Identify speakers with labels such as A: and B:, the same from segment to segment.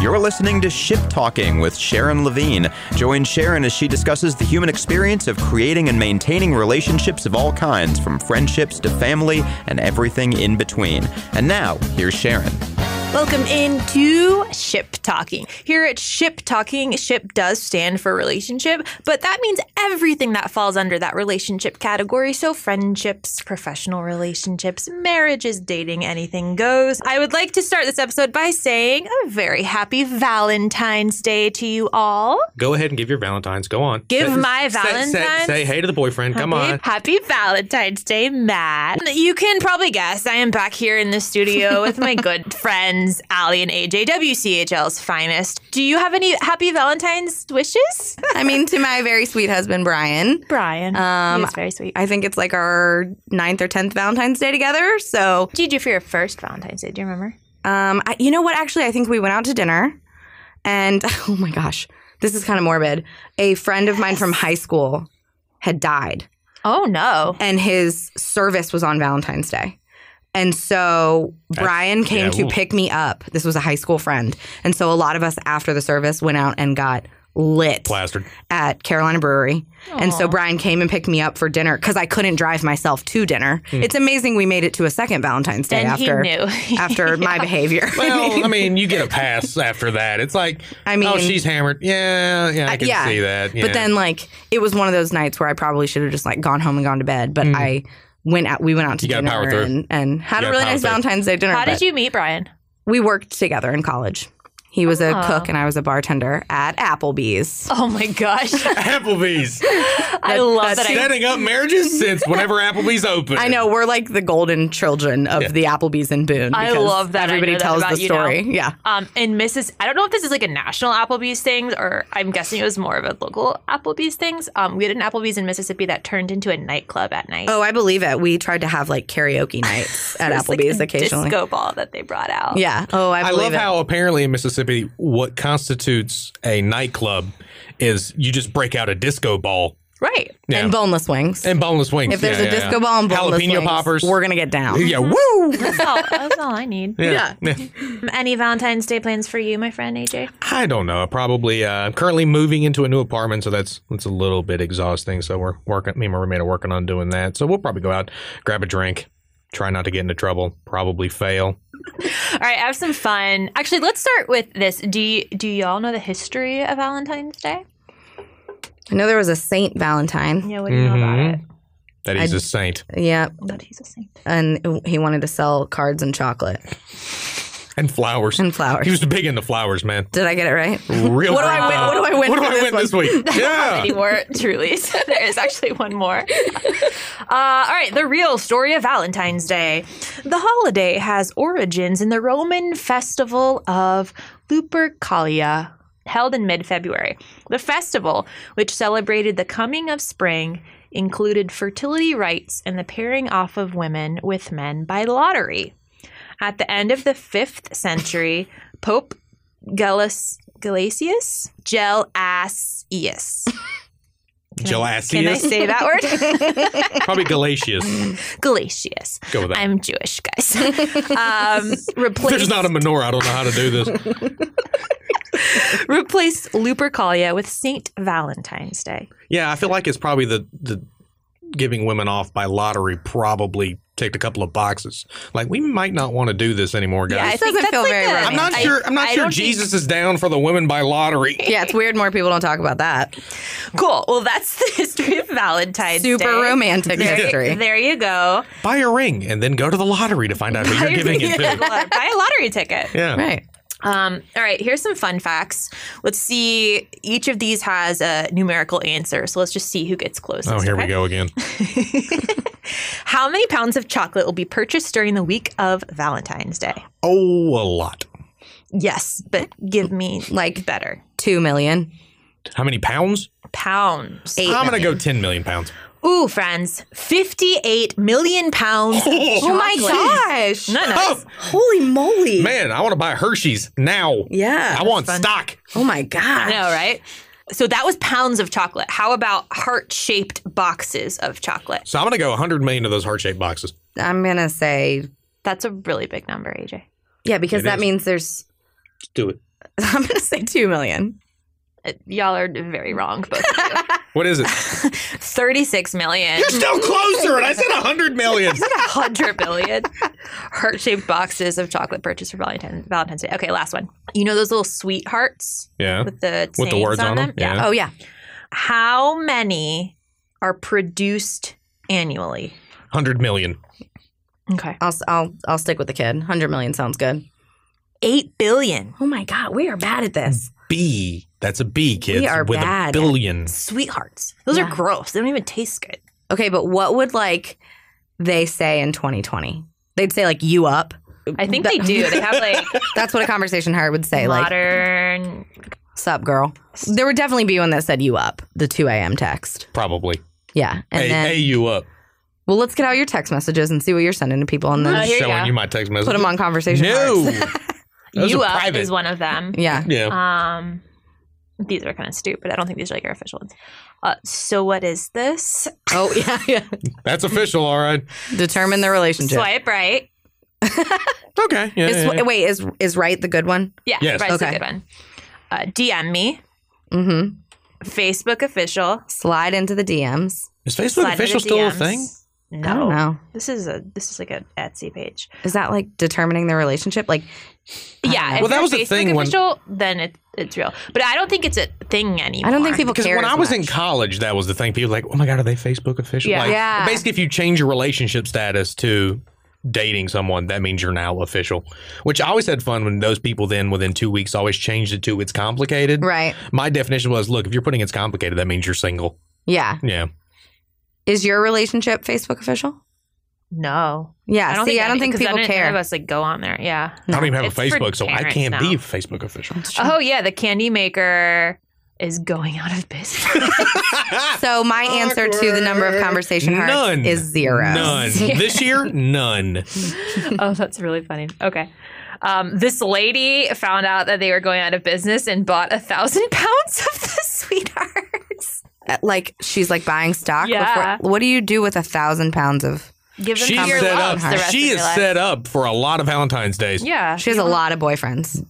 A: You're listening to Ship Talking with Sharon Levine. Join Sharon as she discusses the human experience of creating and maintaining relationships of all kinds, from friendships to family and everything in between. And now, here's Sharon.
B: Welcome into Ship Talking. Here at Ship Talking, ship does stand for relationship, but that means everything that falls under that relationship category. So, friendships, professional relationships, marriages, dating, anything goes. I would like to start this episode by saying a very happy Valentine's Day to you all.
C: Go ahead and give your Valentine's. Go on.
B: Give
C: Say-
B: my
C: say- say-
B: Valentine's?
C: Say, hey to the boyfriend. Come
B: Happy-
C: on.
B: Happy Valentine's Day, Matt. You can probably guess I am back here in the studio with my good friends, Allie and AJ, WCHL's finest. Do you have any happy Valentine's wishes?
D: I mean, to my very sweet husband, Brian.
B: Brian.
D: Um,
B: was very sweet.
D: I think it's like our ninth or tenth Valentine's Day together. So,
B: What did you do for your first Valentine's Day? Do you remember?
D: um, I, you know what? Actually, I think we went out to dinner, and oh my gosh, this is kind of morbid. A friend of mine from high school had died,
B: Oh, no.
D: and his service was on Valentine's Day. And so
C: That's-
D: Brian came
C: yeah,
D: to
C: ooh.
D: pick me up. This was a high school friend. And so a lot of us after the service went out and got lit.
C: Plastered.
D: at Carolina Brewery. And
B: Aw.
D: so Brian came and picked me up for dinner because I couldn't drive myself to dinner.
C: Hmm.
D: It's amazing we made it to a second Valentine's Day
B: Then
D: after
B: he knew.
D: after my behavior.
C: Well, I mean, you get a pass after that. It's like,
D: I mean-
C: oh, she's hammered. Yeah, yeah, I can
D: yeah.
C: see that. yeah.
D: But then like it was one of those nights where I probably should have just like gone home and gone to bed. But I went out we went out to
C: Hmm. You gotta
D: dinner
C: power through.
D: and, and had
C: You
D: a
C: gotta
D: really
C: power
D: nice
C: through.
D: Valentine's Day dinner.
B: How
D: but
B: did you meet Brian?
D: we worked together in college. He was a
B: Aw.
D: cook and I was a bartender at Applebee's.
B: Oh, my gosh.
C: Applebee's
B: I love that. I,
C: setting up marriages since whenever Applebee's open.
D: I know we're like the golden children of
C: Yeah.
D: the Applebee's in Boone.
B: I
D: because
B: love that I
D: Everybody
B: know that
D: tells
B: about
D: the
B: you now.
D: story. Yeah.
B: um, and Mrs. I don't know if this is like a national Applebee's thing, or I'm guessing it was more of a local Applebee's things. Um, we had an Applebee's in Mississippi that turned into a nightclub at night.
D: Oh, I believe it. We tried to have like karaoke nights at
B: It was, like,
D: Applebee's
B: a
D: occasionally.
B: Disco ball that they brought out.
D: Yeah. Oh, I
C: I
D: believe
C: love
D: it.
C: how apparently in Mississippi, what constitutes a nightclub is you just break out a disco ball
B: right.
C: Yeah.
D: and boneless wings.
C: and boneless wings.
D: if there's
C: Yeah,
D: a
C: yeah, yeah.
D: disco ball and boneless
C: jalapeno
D: wings,
C: poppers.
D: we're gonna get down.
C: yeah, woo.
B: That's all, that's all I need. Um,
C: Yeah.
B: Any Valentine's Day plans for you, my friend AJ?
C: I don't know. Probably. Uh, I'm currently moving into a new apartment, so that's that's a little bit exhausting. So we're working. Me and my roommate are working on doing that. So we'll probably go out, grab a drink, try not to get into trouble. Probably fail.
B: All right, have some fun. Actually, let's start with this. Do you, do y'all know the history of Valentine's Day?
D: I know there was a Saint Valentine.
B: Yeah, what do you know about it?
C: That he's
D: I-
C: a saint,
D: Yeah,
B: That he's a saint.
D: and he wanted to sell cards and chocolate
C: and flowers.
D: and flowers.
C: He was big into flowers, man.
D: Did I get it right?
C: Real.
D: What do I
C: green
D: win-
C: thumb.
D: what do I win
C: What do
D: for
C: I win
D: this
C: this week? Yeah.
B: Any more Trulies? there is actually one more. Uh, all right, the real story of Valentine's Day. The holiday has origins in the Roman festival of Lupercalia, held in mid February. The festival, which celebrated the coming of spring, included fertility rites and the pairing off of women with men by lottery. At the end of the 5th century, Pope Gallus, Galasius? Gelasius. Can I
C: Gelasius.
B: say that word?
C: Probably Galatius.
B: Galatius.
C: Go with that.
B: I'm Jewish, guys. Um,
C: There's
B: replace,
C: not a menorah. I don't know how to do this.
B: replace Lupercalia with St. Valentine's Day.
C: Yeah, I feel like it's probably the the giving women off by lottery probably ticked a couple of boxes. Like we might not want to do this anymore, guys.
B: I
D: This doesn't feel very
B: the-
D: romantic.
C: I'm not
B: I-
C: sure. I'm not
B: I
C: sure
B: don't think-
C: Jesus is down for the women by lottery.
D: Yeah, it's weird. More people don't talk about that.
B: Cool. Well, that's the history of Valentine's
D: Super
B: Day.
D: romantic
B: There,
D: history.
B: there you go.
C: Buy a ring and then go to the lottery to find out who you're giving it to.
B: Buy a lottery ticket.
C: Yeah.
D: Right.
B: Um, all right, here's some fun facts. Let's see. Each of these has a numerical answer, so let's just see who gets closest.
C: Oh, here
B: okay?
C: we go again.
B: How many pounds of chocolate will be purchased during the week of Valentine's Day?
C: Oh, a lot.
B: Yes, but give me like better
D: Two million.
C: How many pounds?
B: pounds. Oh.
D: Eight
C: I'm gonna go 10 million pounds.
B: Ooh, friends, 58 million pounds.
D: Oh my gosh!
B: No, no.
C: Oh
D: Holy moly!
C: man, I want to buy Hershey's now.
D: Yeah.
C: I want stock.
D: Oh my gosh!
B: I know, right? So that was pounds of chocolate. How about heart shaped boxes of chocolate?
C: So I'm gonna go 100 million of those heart shaped boxes.
D: I'm gonna say
B: That's a really big number, AJ.
D: yeah because
C: It
D: that
C: is.
D: means there's
C: Let's do it.
D: I'm going to say 2 million.
B: Uh, Y'all are very wrong. Both of you.
C: What is it?
B: 36 million.
C: You're still closer, and I said a hundred million.
B: 100 billion heart shaped boxes of chocolate purchased for Valentine, Valentine's Day. Okay, last one. You know those little sweethearts
C: Yeah,
B: with the,
C: With the
B: sayings
C: words on them?
B: Yeah.
C: Yeah.
D: Oh, yeah.
B: How many are produced annually?
C: hundred million.
B: Okay.
D: I'll, I'll, I'll stick with the kid. 100 million sounds good.
B: 8 billion.
D: Oh my God, we are bad at this.
C: B. That's a B, kids.
D: are
C: with
D: bad.
C: a billion.
B: Sweethearts. Those
D: Yeah.
B: are gross. They don't even taste good.
D: Okay, but what would like they say in 2020? They'd say like you up.
B: I think they do. They have like
D: That's what a conversation heart would say. Like
B: modern.
D: Sup, girl. There would definitely be one that said you up, the 2 a.m. text.
C: Probably.
D: Yeah. And
C: hey,
D: then,
C: hey, you up?
D: well, let's get out your text messages and see what you're sending to people and then
B: Uh, here you
C: showing
B: go.
C: you my text message.
D: put them on conversation.
C: No.
D: hearts.
C: Those
B: you
C: are
B: up
C: private.
B: is one of them.
D: yeah.
C: yeah.
B: Um, these are kind of stupid. I don't think these are like your official ones. Uh, so what is this?
D: Oh, yeah. yeah.
C: That's official, all right.
D: Determine the relationship.
B: Swipe right.
C: Okay. Yeah.
D: Is-
C: yeah, yeah.
D: Wait, is is right the good one?
B: Yeah,
C: Yes.
B: right's a
D: Okay.
B: good one. Uh, DM me,
D: Mm-hmm.
B: Facebook official.
D: Slide into the DMs.
C: Is Facebook
B: slide into
C: official still a
B: DMs.
C: thing?
D: I
B: No,
D: don't know.
B: this is a this is like an Etsy page.
D: Is that like determining the relationship? Like, I don't know.
B: Yeah, if
C: Well, that
B: you're
C: was the
B: Facebook
C: thing when-
B: official, then it, it's real. But I don't think it's a thing anymore.
D: I don't think people
C: Because
D: care.
C: when
D: as
C: I was in
D: much.
C: college, that was the thing. People were like, oh my God, are they Facebook official?
B: Yeah.
C: Like,
D: Yeah.
C: Basically, if you change your relationship status to dating someone, that means you're now official, which I always had fun when those people then within two weeks always changed it to it's complicated.
D: right?
C: My definition was look, if you're putting it's complicated, that means you're single.
D: Yeah.
C: Yeah.
D: Is your relationship Facebook official?
B: No,
D: Yeah.
B: I don't
D: see,
B: think
D: I don't
B: any-
D: think
B: 'cause
D: people
B: none of- None of
D: care.
B: us like go on there. Yeah.
C: I don't even have
B: It's
C: a
B: for
C: Facebook, so I
B: parents
C: can't
B: now.
C: be Facebook official.
B: Oh yeah, the candy maker is going out of business.
D: So my answer to the number of conversation hearts
C: None.
D: is zero.
C: None. this year, none.
B: oh, that's really funny. Okay. Um, this lady found out that they were going out of business and bought a thousand pounds of the sweethearts.
D: Like she's like buying stock.
B: Yeah.
D: Before. What do you do with a thousand pounds of?
B: Give them
C: She's
B: to your
C: set
B: loves the
C: up.
B: rest
C: She
B: of
C: is
B: your life.
C: set up for a lot of Valentine's days.
B: Yeah.
D: She has a lot of boyfriends.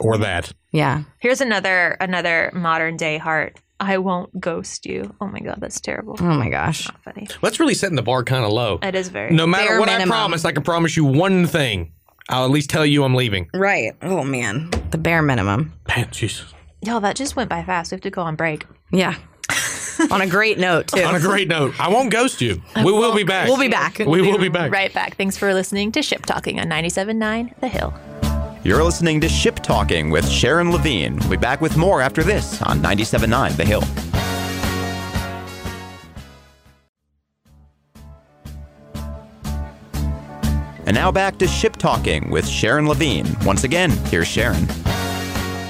C: Or that.
D: Yeah.
B: Here's another another modern day heart. I won't ghost you. Oh my god, that's terrible.
C: Mm.
D: Oh my gosh.
B: Not funny.
C: Let's really setting the bar kind of low.
B: That is very
C: No matter
D: Bare
C: what
D: minimum.
C: I promise, I can promise you one thing. I'll at least tell you I'm leaving.
D: Right. Oh man. The bare minimum.
C: Man, Jesus.
B: Y'all, that just went by fast. We have to go on break.
D: Yeah. On a great note too.
C: On a great note, I won't ghost you. We will be back.
D: We'll be back.
C: We will be back.
B: Right back. Thanks for listening to Ship Talking on 97.9 The Hill.
A: You're listening to Ship Talking with Sharon Levine. We'll be back with more after this on 97.9 The Hill. And now back to Ship Talking with Sharon Levine. Once again, here's Sharon.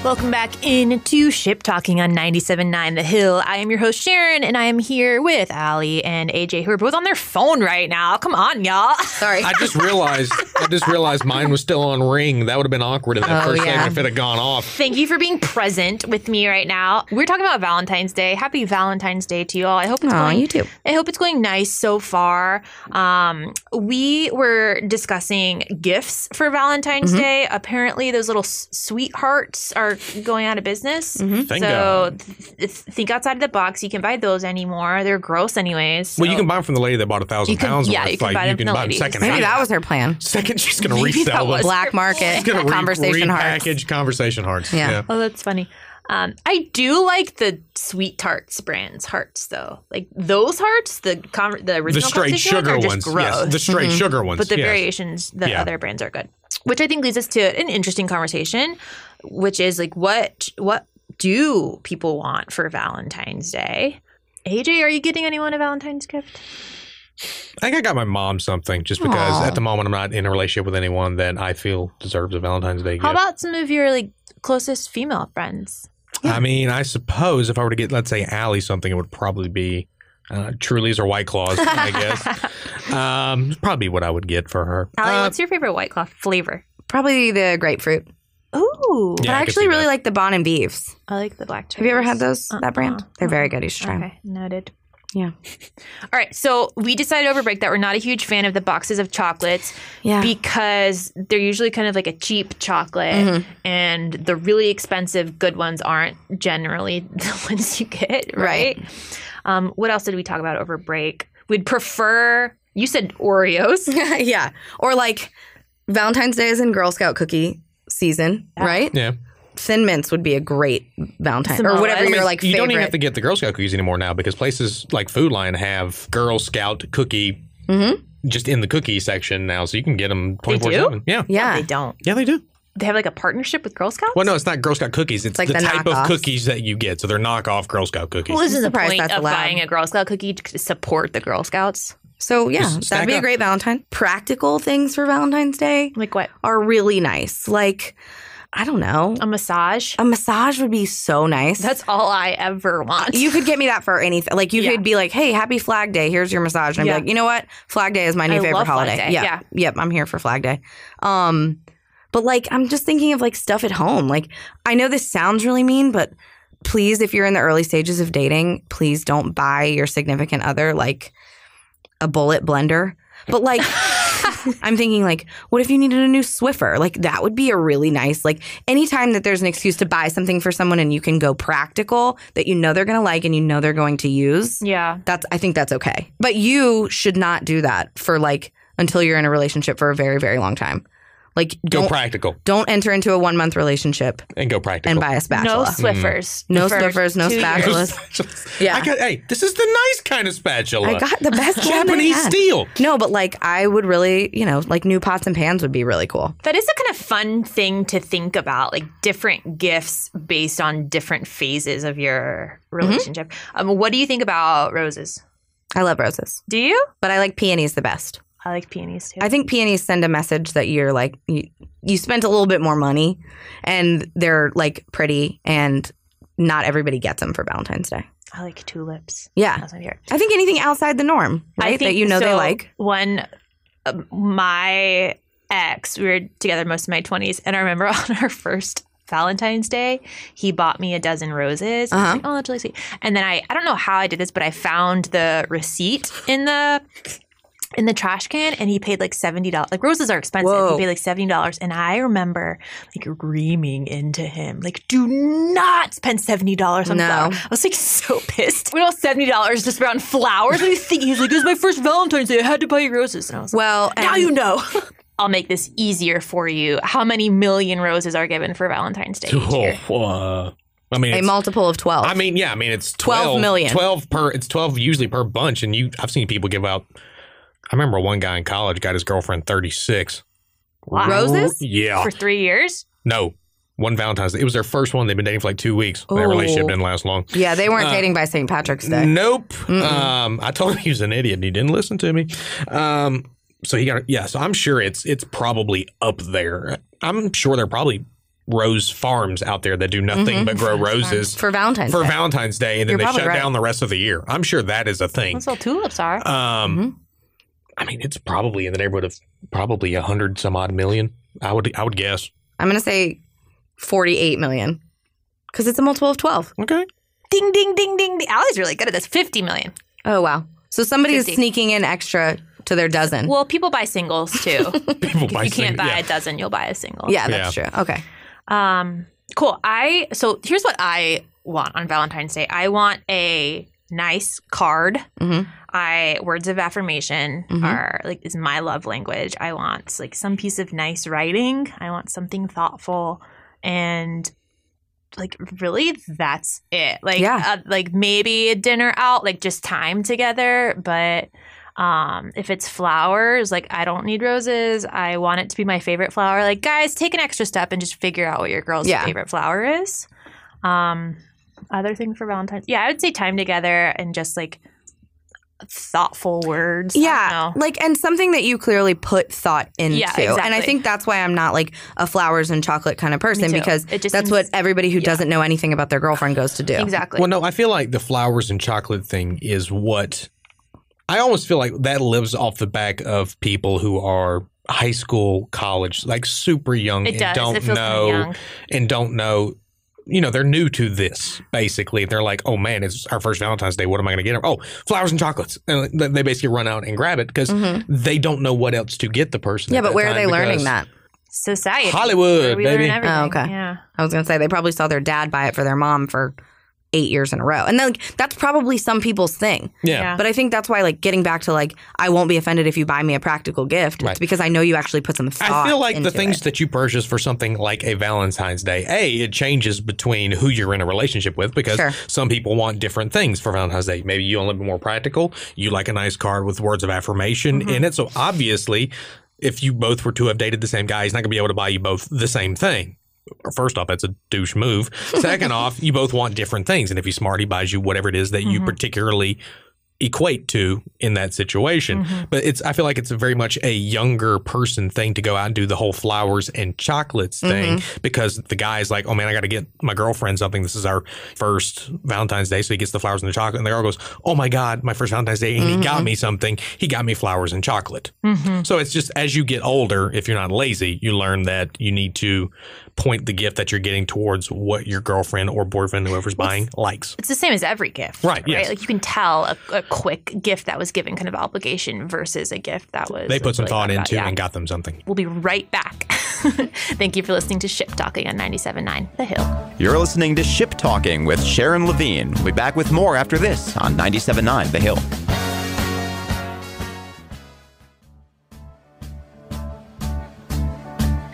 B: Welcome back into Ship Talking on 97.9 The Hill. I am your host, Sharon, and I am here with Ali and AJ, who are both on their phone right now. Come on, y'all.
D: Sorry.
C: I just realized I just realized mine was still on ring. That would have been awkward in that
D: Oh,
C: first
D: yeah.
C: segment if it had gone off.
B: Thank you for being present with me right now. We're talking about Valentine's Day. Happy Valentine's Day to you all. I hope it's
D: Aw,
B: going
D: you too.
B: I hope it's going nice so far. Um, we were discussing gifts for Valentine's
D: Mm-hmm.
B: Day. Apparently, those little s- sweethearts are going out of business.
D: Mm-hmm.
C: Thank
B: so
C: God.
B: th- th- think outside of the box. You can buy those anymore. They're gross, anyways.
C: Well, you
B: so-
C: can buy them from the lady that bought a thousand
B: You can-
C: pounds
B: yeah,
C: worth.
B: you can
C: like,
B: buy
C: you
B: them
C: can
B: from the
C: buy them
B: ladies.
C: second
D: Maybe
C: hand.
D: that was her plan.
C: Second, she's gonna
B: Maybe that
C: resell
B: was-
C: them.
D: Black market
C: She's gonna re-
D: conversation hearts.
C: repackage conversation hearts.
D: Yeah.
B: Oh, that's funny. Um, I do like the sweet tarts brands hearts though. Like those hearts, the con- the
C: The
B: original
C: straight
B: competition
C: sugar
B: ones are
C: ones.
B: just gross. Mm-hmm.
C: Yes. The straight sugar ones.
B: but the
C: yes.
B: variations, the
C: Yeah.
B: other brands are good. Which I think leads us to an interesting conversation, which is like what what do people want for Valentine's Day? AJ, are you getting anyone a Valentine's gift?
C: I think I got my mom something just because
D: Aw.
C: at the moment I'm not in a relationship with anyone that I feel deserves a Valentine's Day gift.
B: How about some of your like closest female friends?
C: I mean, I suppose if I were to get, let's say, Allie something, it would probably be uh, Truly's or White Claws, I guess. Um, it's probably what I would get for her.
B: Allie,
C: Uh,
B: what's your favorite White Claw flavor?
D: Probably the grapefruit.
B: Ooh,
C: Yeah,
D: but
C: I
D: I
C: could
D: actually
C: see
D: really
C: that.
D: like the Bon and Beefs.
B: I like the black.
D: Have you ever
B: cherries.
D: had those?
B: Uh-uh.
D: That brand? They're very good. You should try them.
B: Okay, noted.
D: Yeah.
B: All right, so we decided over break that we're not a huge fan of the boxes of chocolates
D: Yeah.
B: because they're usually kind of like a cheap chocolate,
D: Mm-hmm.
B: and the really expensive good ones aren't generally the ones you get, right?
D: Right.
B: Um, what else did we talk about over break? We'd prefer. You said Oreos.
D: yeah. Or like Valentine's Day is in Girl Scout cookie season, right?
C: Yeah.
D: Thin mints would be a great Valentine
B: Samoas.
D: or whatever
B: I mean,
D: your like
C: you
D: favorite.
C: don't even have to get the Girl Scout cookies anymore now because places like Food Line have Girl Scout cookie
D: Mm-hmm.
C: just in the cookie section now, so you can get them
B: They do?
C: twenty four seven. Yeah,
D: yeah.
B: They don't.
C: yeah, they do.
B: They have like a partnership with Girl Scouts.
C: Well, no, it's not Girl Scout cookies. It's
D: like
C: the,
D: the
C: type
D: knockoffs.
C: of cookies that you get. So they're knockoff Girl Scout cookies.
B: Well, isn't the
D: surprised
B: point
D: that's
B: of
D: allowed.
B: buying a Girl Scout cookie to support the Girl Scouts?
D: So yeah,
C: Just stack
D: that'd be
C: up.
D: a great Valentine. Practical things for Valentine's Day
B: Like what?
D: are really nice. Like, I don't know.
B: A massage.
D: A massage would be so nice.
B: That's all I ever want.
D: you could get me that for anything. Like you
B: Yeah.
D: could be like, "Hey, happy Flag Day. Here's your massage." And I'd
B: Yeah.
D: be like, "You know what? Flag Day is my new
B: I
D: favorite
B: love Flag
D: holiday."
B: Day.
D: Yeah.
B: Yeah.
D: Yep, I'm here for Flag Day. Um but like I'm just thinking of like stuff at home. Like I know this sounds really mean, but please if you're in the early stages of dating, please don't buy your significant other like a bullet blender. But like I'm thinking like what if you needed a new Swiffer? Like that would be a really nice like anytime that there's an excuse to buy something for someone and you can go practical that you know they're going to like and you know they're going to use.
B: yeah.
D: That's I think that's okay. But you should not do that for like until you're in a relationship for a very very long time. Like
C: go
D: don't
C: practical
D: don't enter into a 1 month relationship
C: and go practical.
D: and buy a spatula.
B: No Swiffers.
D: Mm. No
B: for
D: Swiffers, no
B: two years.
D: spatulas. Yeah.
C: I got, hey, this is the nice kind of spatula.
D: I got the best one I
C: Japanese
D: had.
C: steel.
D: No, but like I would really, you know, like new pots and pans would be really cool.
B: That is a kind of fun thing to think about, like different gifts based on different phases of your
D: Mm-hmm.
B: relationship. Um, what do you think about roses?
D: I love roses,
B: Do you?
D: but I like peonies the best.
B: I like peonies too.
D: I think peonies send a message that you're like you, you spent a little bit more money, and they're like pretty, and not everybody gets them for Valentine's Day.
B: I like tulips.
D: Yeah,
B: That's my favorite.
D: I think anything outside the norm,
B: I
D: right? That
B: think-
D: you know they
B: so
D: like.
B: One, um, my ex, we were together most of my 20s, and I remember on our first Valentine's Day, he bought me a dozen roses. I was
D: Uh-huh.
B: like, oh, that's really sweet. And then I, I don't know how I did this, but I found the receipt in the in the trash can and he paid like $70 like roses are expensive
D: Whoa.
B: he paid like $70 and i remember like reaming into him like do not spend $70 on
D: No.
B: flowers i was like so pissed we lost $70 just around flowers what do you think he's like this is my first valentine's day i had to buy you roses and i was like
D: Well,
B: now
D: and-
B: you know i'll make this easier for you how many million roses are given for valentine's day each year?
C: Oh, uh, I mean,
D: a
C: it's-
D: multiple of twelve.
C: I mean, yeah, I mean, it's 12,
D: 12 million.
C: 12 per, it's 12 usually per bunch. And you, I've seen people give out, I remember one guy in college got his girlfriend 36.
B: Wow.
D: Roses?
C: Yeah.
B: for three years
C: No, one Valentine's Day. It was their first one. They've been dating for like two weeks. Their
D: Ooh.
C: relationship didn't last long.
D: yeah, they weren't
C: uh,
D: dating by St. Patrick's Day.
C: Nope. Um, I told him he was an idiot and he didn't listen to me. Um, so he got yeah. So I'm sure it's it's probably up there. I'm sure there are probably rose farms out there that do nothing
D: Mm-hmm.
C: but grow roses
D: for Valentine's
C: for
D: Day.
C: Valentine's Day, and then
D: You're
C: they
D: probably
C: shut
D: right.
C: down the rest of the year. I'm sure that is a thing.
B: that's Mm-hmm. all tulips are
C: Um, I mean, it's probably in the neighborhood of probably a hundred some odd million. I would I would guess.
D: I'm gonna say forty-eight million because it's a multiple of twelve.
C: Okay.
B: ding ding ding ding ding ali's really good at this 50 million
D: Oh wow! So somebody's
B: 50.
D: sneaking in extra to their dozen.
B: well people buy singles too
C: People
B: if you can't buy a dozen you'll buy a single
D: yeah, that's true. Okay.
B: Um, cool. I so here's what I want on Valentine's Day. I want a nice card.
D: Mhm.
B: I words of affirmation
D: Mhm.
B: are like is my love language. I want like some piece of nice writing. I want something thoughtful and like really that's it. Like
D: Yeah.
B: uh, like maybe a dinner out, like just time together, but um, if it's flowers, like I don't need roses. I want it to be my favorite flower. Like, guys, take an extra step and just figure out what your girl's
D: Yeah.
B: favorite flower is. Um, other thing for Valentine's, yeah, I would say time together and just like thoughtful words. I don't
D: Yeah,
B: know.
D: like and something that you clearly put thought into, and I
B: exactly.
D: think that's why I'm not like a flowers and chocolate kind of person
B: too.
D: because
B: It just
D: that's
B: seems-
D: what everybody who
B: yeah.
D: doesn't know anything about their girlfriend goes to do.
B: exactly.
C: Well, no, I feel like the flowers and chocolate thing is what I almost feel like that lives off the back of people who are high school, college, like super young
B: it
C: and
B: does.
C: don't
B: It feels kinda
C: know
B: young.
C: and don't know you know, they're new to this basically. They're like, oh man, it's our first Valentine's Day. What am I going to get? her? Oh, flowers and chocolates. And like, they basically run out and grab it because
D: Mhm.
C: they don't know what else to get the person.
D: Yeah,
C: at
D: but
C: that
D: where are
C: time
D: they learning
C: because
D: that?
B: Society.
C: Hollywood,
B: where we learn
C: baby.
B: everything.
D: Oh, okay.
B: Yeah.
D: I was gonna say they probably saw their dad buy it for their mom for eight years in a row, and then like, that's probably some people's thing.
C: Yeah.
B: Yeah.
D: But I think that's why, like, getting back to like, I won't be offended if you buy me a practical gift. It's
C: Right.
D: because I know you actually put some thought.
C: I feel like the
D: into
C: things
D: it.
C: that you purchase for something like a Valentine's Day, A, it changes between who you're in a relationship with because
D: Sure.
C: some people want different things for Valentine's Day. Maybe you want a little bit more practical. You like a nice card with words of affirmation
D: Mm-hmm.
C: in it. So obviously, if you both were to have dated the same guy, he's not going to be able to buy you both the same thing. First off, that's a douche move. Second off, you both want different things. And if he's smart, he buys you whatever it is that you
D: Mm-hmm.
B: Mhm.
C: particularly equate to in that situation
B: Mhm.
C: but it's I feel like it's very much a younger person thing to go out and do the whole flowers and chocolates thing because the guy's like, oh man, I got to get my girlfriend something. This is our first Valentine's Day, so he gets the flowers and the chocolate, and the girl goes, oh my god, my first Valentine's Day, and he got me something. He got me flowers and chocolate.
B: Mhm.
C: So it's just as you get older, if you're not lazy, you learn that you need to point the gift that you're getting towards what your girlfriend or boyfriend, whoever's buying, likes.
B: It's the same as every gift.
C: Right, yes.
B: Like you can tell a, a quick gift that was given kind of obligation versus a gift that was.
C: They put some
B: really
C: thought
B: about-
C: into
B: yeah.
C: and got them something.
B: We'll be right back. Thank you for listening to Ship Talking on 97.9 The Hill.
A: You're listening to Ship Talking with Sharon Levine. We'll be back with more after this on 97.9 The Hill.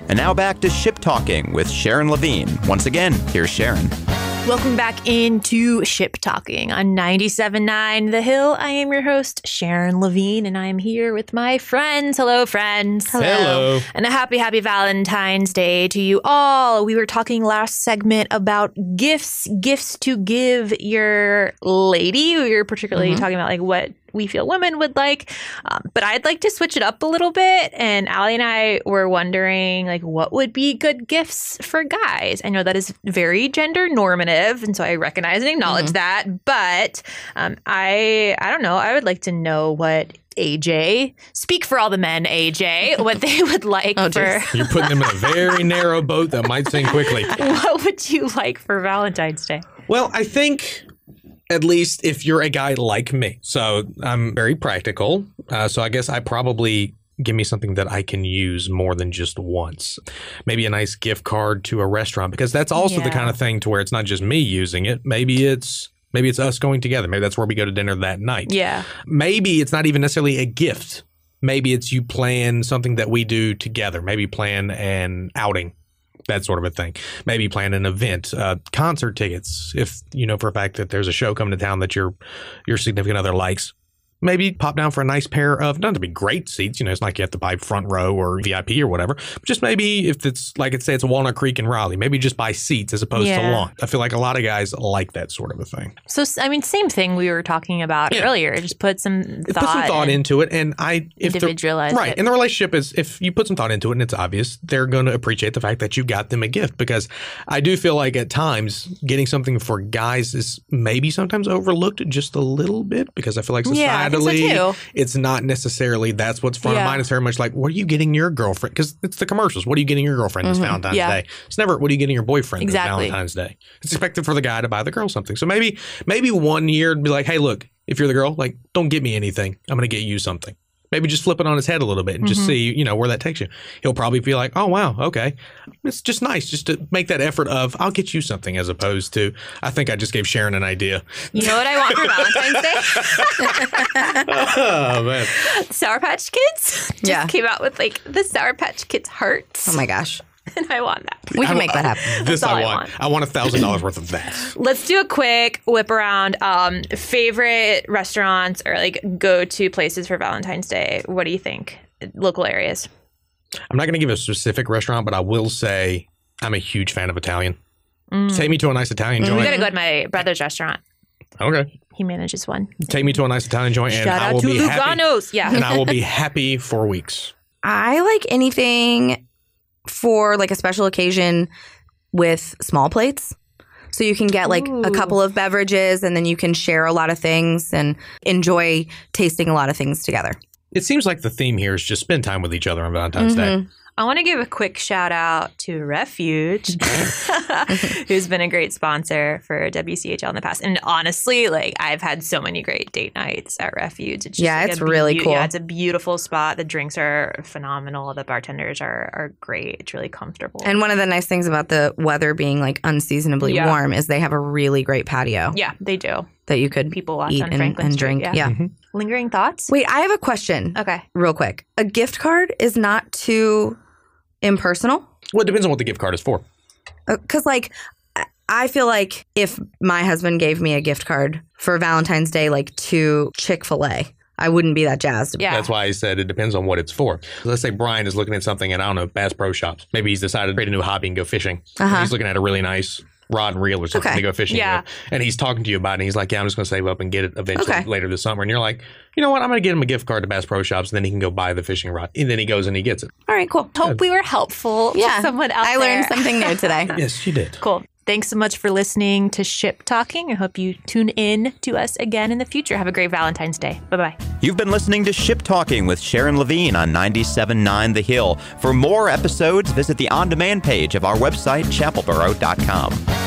A: And now back to Ship Talking with Sharon Levine. Once again, here's Sharon.
B: Welcome back into Ship Talking on 97.9 The Hill. I am your host, Sharon Levine, and I am here with my friends. Hello, friends.
C: Hello.
B: And a happy, happy Valentine's Day to you all. We were talking last segment about gifts, gifts to give your lady. We were particularly talking about like what we feel women would like. Um, but I'd like to switch it up a little bit. And Allie and I were wondering like what would be good gifts for guys. I know that is very gender normative, and so I recognize and acknowledge that. But um, I I don't know. I would like to know what AJ speak for all the men. AJ, what they would like
D: Oh,
B: for
D: geez.
C: You're putting them in a very narrow boat that might sink quickly.
B: what would you like for Valentine's Day?
C: Well, I think at least if you're a guy like me, so I'm very practical. Uh, so I guess I probably give me something that I can use more than just once. Maybe a nice gift card to a restaurant because that's also the
B: Yeah.
C: kind of thing to where it's not just me using it. Maybe it's maybe it's us going together. Maybe that's where we go to dinner that night
B: Yeah,
C: maybe it's not even necessarily a gift. Maybe it's you plan something that we do together. Maybe plan an outing, that sort of a thing. Maybe plan an event, uh, concert tickets. If you know for a fact that there's a show coming to town that your your significant other likes, maybe pop down for a nice pair of not to be great seats. You know, it's not like you have to buy front row or VIP or whatever. But just maybe if it's like it's say it's a Walnut Creek in Raleigh, maybe just buy seats as opposed to
B: Yeah.
C: lawn. I feel like a lot of guys like that sort of a thing.
B: so s- I mean, same thing we were talking about
C: Yeah.
B: earlier. Just put some
C: It
B: thought,
C: Put some thought
B: and
C: into it, and I if the
B: individualize
C: right
B: it.
C: and the relationship is if you put some thought into it and it's obvious they're going to appreciate the fact that you got them a gift because i do feel like at times getting something for guys is maybe sometimes overlooked just a little bit because i feel like
B: Yeah, I think so
C: societally
B: too.
C: it's not necessarily that's what's front
B: Yeah.
C: of mind it's very much like what are you getting your girlfriend because it's the commercials what are you getting your girlfriend this valentine's
B: Mm-hmm. Yeah.
C: day it's never what are you getting your boyfriend
B: Exactly.
C: this valentine's day it's expected for the guy to buy the girl something so maybe maybe one year it'd be like hey look if you're the girl like don't get me anything i'm going to get you something maybe just flip it on his head a little bit and
B: Mm-hmm.
C: just see you know where that takes you he'll probably be like oh wow okay it's just nice just to make that effort of i'll get you something as opposed to i think i just gave sharon an idea
B: You know what I want for Valentine's Day?
C: oh man
B: Sour Patch Kids just
D: Yeah.
B: came out with like the Sour Patch Kids hearts,
D: Oh my gosh,
B: and I want that.
D: we can
C: I-
D: make that happen.
C: this
B: all
C: i
B: I
C: want i want a thousand dollars worth of that
B: Let's do a quick whip around. Um, favorite restaurants or like go to places for Valentine's Day. What do you think? Local areas.
C: i'm not going to give a specific restaurant but i will say i'm a huge fan of italian take me to a nice italian
B: Mm. We
C: joint
B: gotta go to my brother's restaurant.
C: okay
B: He manages one.
C: take me to a nice italian joint and
B: Shout
C: i
B: out
C: will
B: to
C: be happy
B: Lugano's.
C: and
B: Yeah.
C: i will be happy for weeks
D: I like anything for like a special occasion with small plates. So you can get like
B: Ooh.
D: a couple of beverages and then you can share a lot of things and enjoy tasting a lot of things together.
C: it seems like the theme here is just spend time with each other on valentine's day
D: Mhm.
B: I want to give a quick shout out to Refuge, who's been a great sponsor for WCHL in the past. And honestly, like I've had so many great date nights at Refuge. It's just,
D: Yeah,
B: like,
D: it's
B: a
D: really
B: beau-
D: cool.
B: Yeah, it's a beautiful spot. The drinks are phenomenal. The bartenders are are great. It's really comfortable.
D: And one of the nice things about the weather being like unseasonably
B: Yeah.
D: warm is they have a really great patio
B: yeah, they do.
D: that you could
B: People watch
D: eat
B: on
D: and,
B: Franklin
D: and
B: Street,
D: drink. yeah.
B: Lingering thoughts?
D: Wait, I have a question uh,
B: Okay.
D: real quick. A gift card is not too impersonal.
C: Well, it depends on what the gift card is for.
D: because like I- I feel like if my husband gave me a gift card for Valentine's Day, like to Chick Fil A, I wouldn't be that jazzed.
B: Yeah.
C: That's why I said it depends on what it's for. Let's say Brian is looking at something and I don't know, Bass Pro Shops. Maybe he's decided to create a new hobby and go fishing. And
D: Uh-huh.
C: He's looking at a really nice rod and reel or something
D: Okay.
C: to go fishing
B: Yeah.
C: with. And he's talking to you about it. And he's like, yeah, I'm just going to save up and get it eventually
D: Okay.
C: later this summer. And you're like, you know what? I'm going to get him a gift card to Bass Pro Shops and then he can go buy the fishing rod. And then he goes and he gets it.
D: All right, cool.
B: Hope we were helpful
D: Yeah.
B: to someone out
D: I learned
B: there.
D: something new today.
C: Yes, you did.
B: Cool. Thanks so much for listening to Ship Talking. I hope you tune in to us again in the future. Have a great Valentine's Day. Bye bye.
A: You've been listening to Ship Talking with Sharon Levine on 97.9 The Hill. For more episodes, visit the on demand page of our website, chapelboro.com.